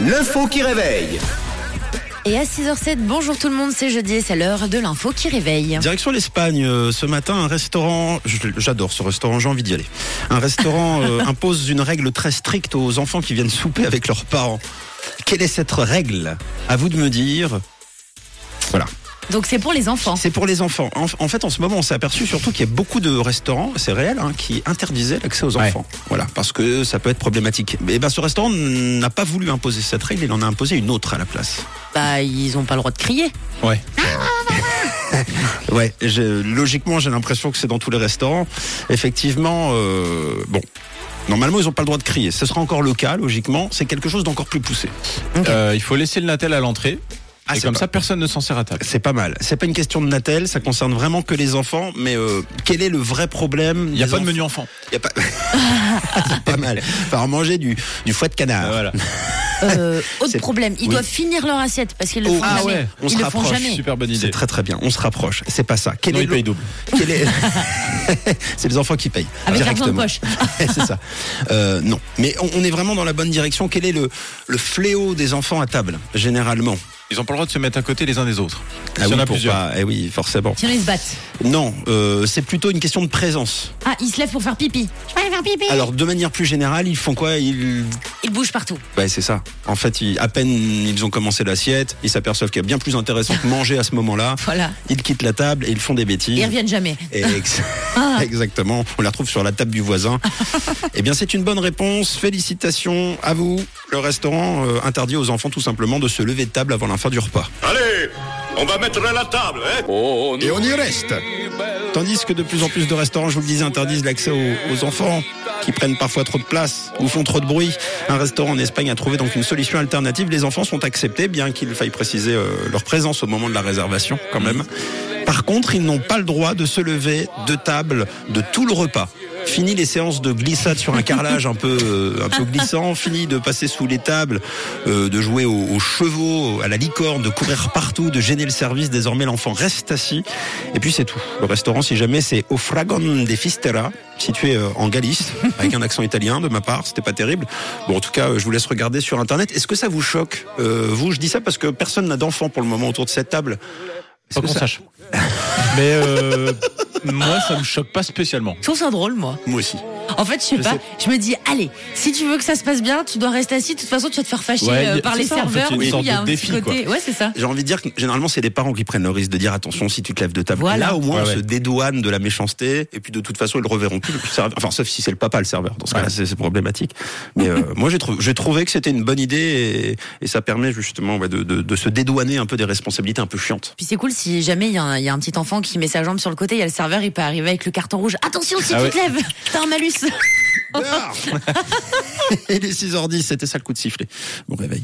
L'info qui réveille. Et à 6h07, bonjour tout le monde, c'est jeudi et c'est l'heure de l'info qui réveille. Direction l'Espagne, euh, ce matin, un restaurant, je- j'adore ce restaurant, j'ai envie d'y aller. Un restaurant euh, impose une règle très stricte aux enfants qui viennent souper avec leurs parents. Quelle est cette règle À vous de me dire. Voilà. Donc c'est pour les enfants. C'est pour les enfants. En, en fait, en ce moment, on s'est aperçu surtout qu'il y a beaucoup de restaurants, c'est réel, hein, qui interdisaient l'accès aux enfants. Voilà, parce que ça peut être problématique. Et ben, ce restaurant n'a pas voulu imposer cette règle, il en a imposé une autre à la place. Bah ils ont pas le droit de crier. Ouais. ouais, je- logiquement, j'ai l'impression que c'est dans tous les restaurants. Effectivement, euh, bon. Normalement, ils n'ont pas le droit de crier. Ce sera encore le cas, logiquement. C'est quelque chose d'encore plus poussé. Euh, il faut laisser le Natel à l'entrée. Ah, et c'est comme pas- ça, personne ne s'en sert à table. C'est pas mal. C'est pas une question de Natel, ça concerne vraiment que les enfants. Mais euh, quel est le vrai problème Il n'y a des pas de enfants menu enfant. Y a pas. c'est pas mal. Enfin, manger du, du foie de canard. Voilà. Euh, autre C'est- problème, ils oui. doivent finir leur assiette parce qu'ils le Oh, font ah jamais. ouais, on ils se le font rapproche, jamais. Super bonne C'est idée. très très bien. On se rapproche. C'est pas ça. Quel Non, est il le- paye double. Quel est- c'est les enfants qui payent. Avec l'argent de directement. poche. c'est ça. Euh, non. Mais on, on est vraiment dans la bonne direction. Quel est le, le fléau des enfants à table, généralement Ils n'ont pas le droit de se mettre à côté les uns des autres. Il Ah y oui, en a pour plusieurs. pas- eh oui, forcément. Sinon ils se battent. Non, euh, c'est plutôt une question de présence. Ah ils se lèvent pour faire pipi. Je vais aller faire pipi. Alors, de manière plus générale, ils font quoi Ils Ils bougent partout. Ouais, c'est ça. En fait, ils- à peine ils ont commencé l'assiette, ils s'aperçoivent qu'il y a bien plus intéressant que manger à ce moment-là. Voilà. Ils quittent la table et ils font des bêtises. Ils reviennent jamais. Et ex- Exactement. On la retrouve sur la table du voisin. eh bien, c'est une bonne réponse. Félicitations à vous. Le restaurant euh, interdit aux enfants tout simplement de se lever de table avant la fin du repas. Allez, on va mettre la table, hein Et on y reste. Tandis que de plus en plus de restaurants, je vous le disais, interdisent l'accès aux, aux enfants qui prennent parfois trop de place ou font trop de bruit. Un restaurant en Espagne a trouvé donc une solution alternative. Les enfants sont acceptés, bien qu'il faille préciser euh, leur présence au moment de la réservation quand même. Par contre, ils n'ont pas le droit de se lever de table de tout le repas. Fini les séances de glissade sur un carrelage un peu, euh, un peu glissant, fini de passer sous les tables, euh, de jouer aux, aux chevaux, à la licorne, de courir partout, de gêner le service. Désormais, l'enfant reste assis. Et puis c'est tout. Le restaurant, si jamais, c'est Ofragon de Fistera, situé euh, en Galice, avec un accent italien de ma part. C'était pas terrible. Bon, en tout cas, euh, je vous laisse regarder sur Internet. Est-ce que ça vous choque euh, Vous, je dis ça parce que personne n'a d'enfant pour le moment autour de cette table. Est-ce Pas que qu'on ça- sache. Mais euh, moi, ça me choque pas spécialement. Je trouve ça drôle moi. Moi aussi. En fait je sais Je pas. sais. Je me dis allez si tu veux que ça se passe bien tu dois rester assis. De toute façon tu vas te faire fâcher Ouais, euh, y a- par c'est les ça, en fait, serveurs. il y a une Oui, sorte il y a de un défi, petit côté. Ouais c'est ça. J'ai envie de dire que généralement, c'est les parents qui prennent le risque de dire attention si tu te lèves de table. Voilà. Là, au moins, Ouais, on se ouais. dédouane de la méchanceté. Et puis, de toute façon, ils le reverront plus. le serveur. Enfin, sauf si c'est le papa, le serveur. Dans ce cas-là, c'est c'est problématique. Mais euh, moi, j'ai trouvé, j'ai trouvé que c'était une bonne idée et, et ça permet justement ouais, de, de- de se dédouaner un peu des responsabilités un peu chiantes. Puis c'est cool si jamais il y, a un- il y a un petit enfant qui met sa jambe sur le côté, il y a le serveur, il peut arriver avec le carton rouge. Attention, si Ah tu ouais. te lèves, t'as un malus. Dehors Il est 6h10, c'était ça le coup de sifflet. Bon réveil.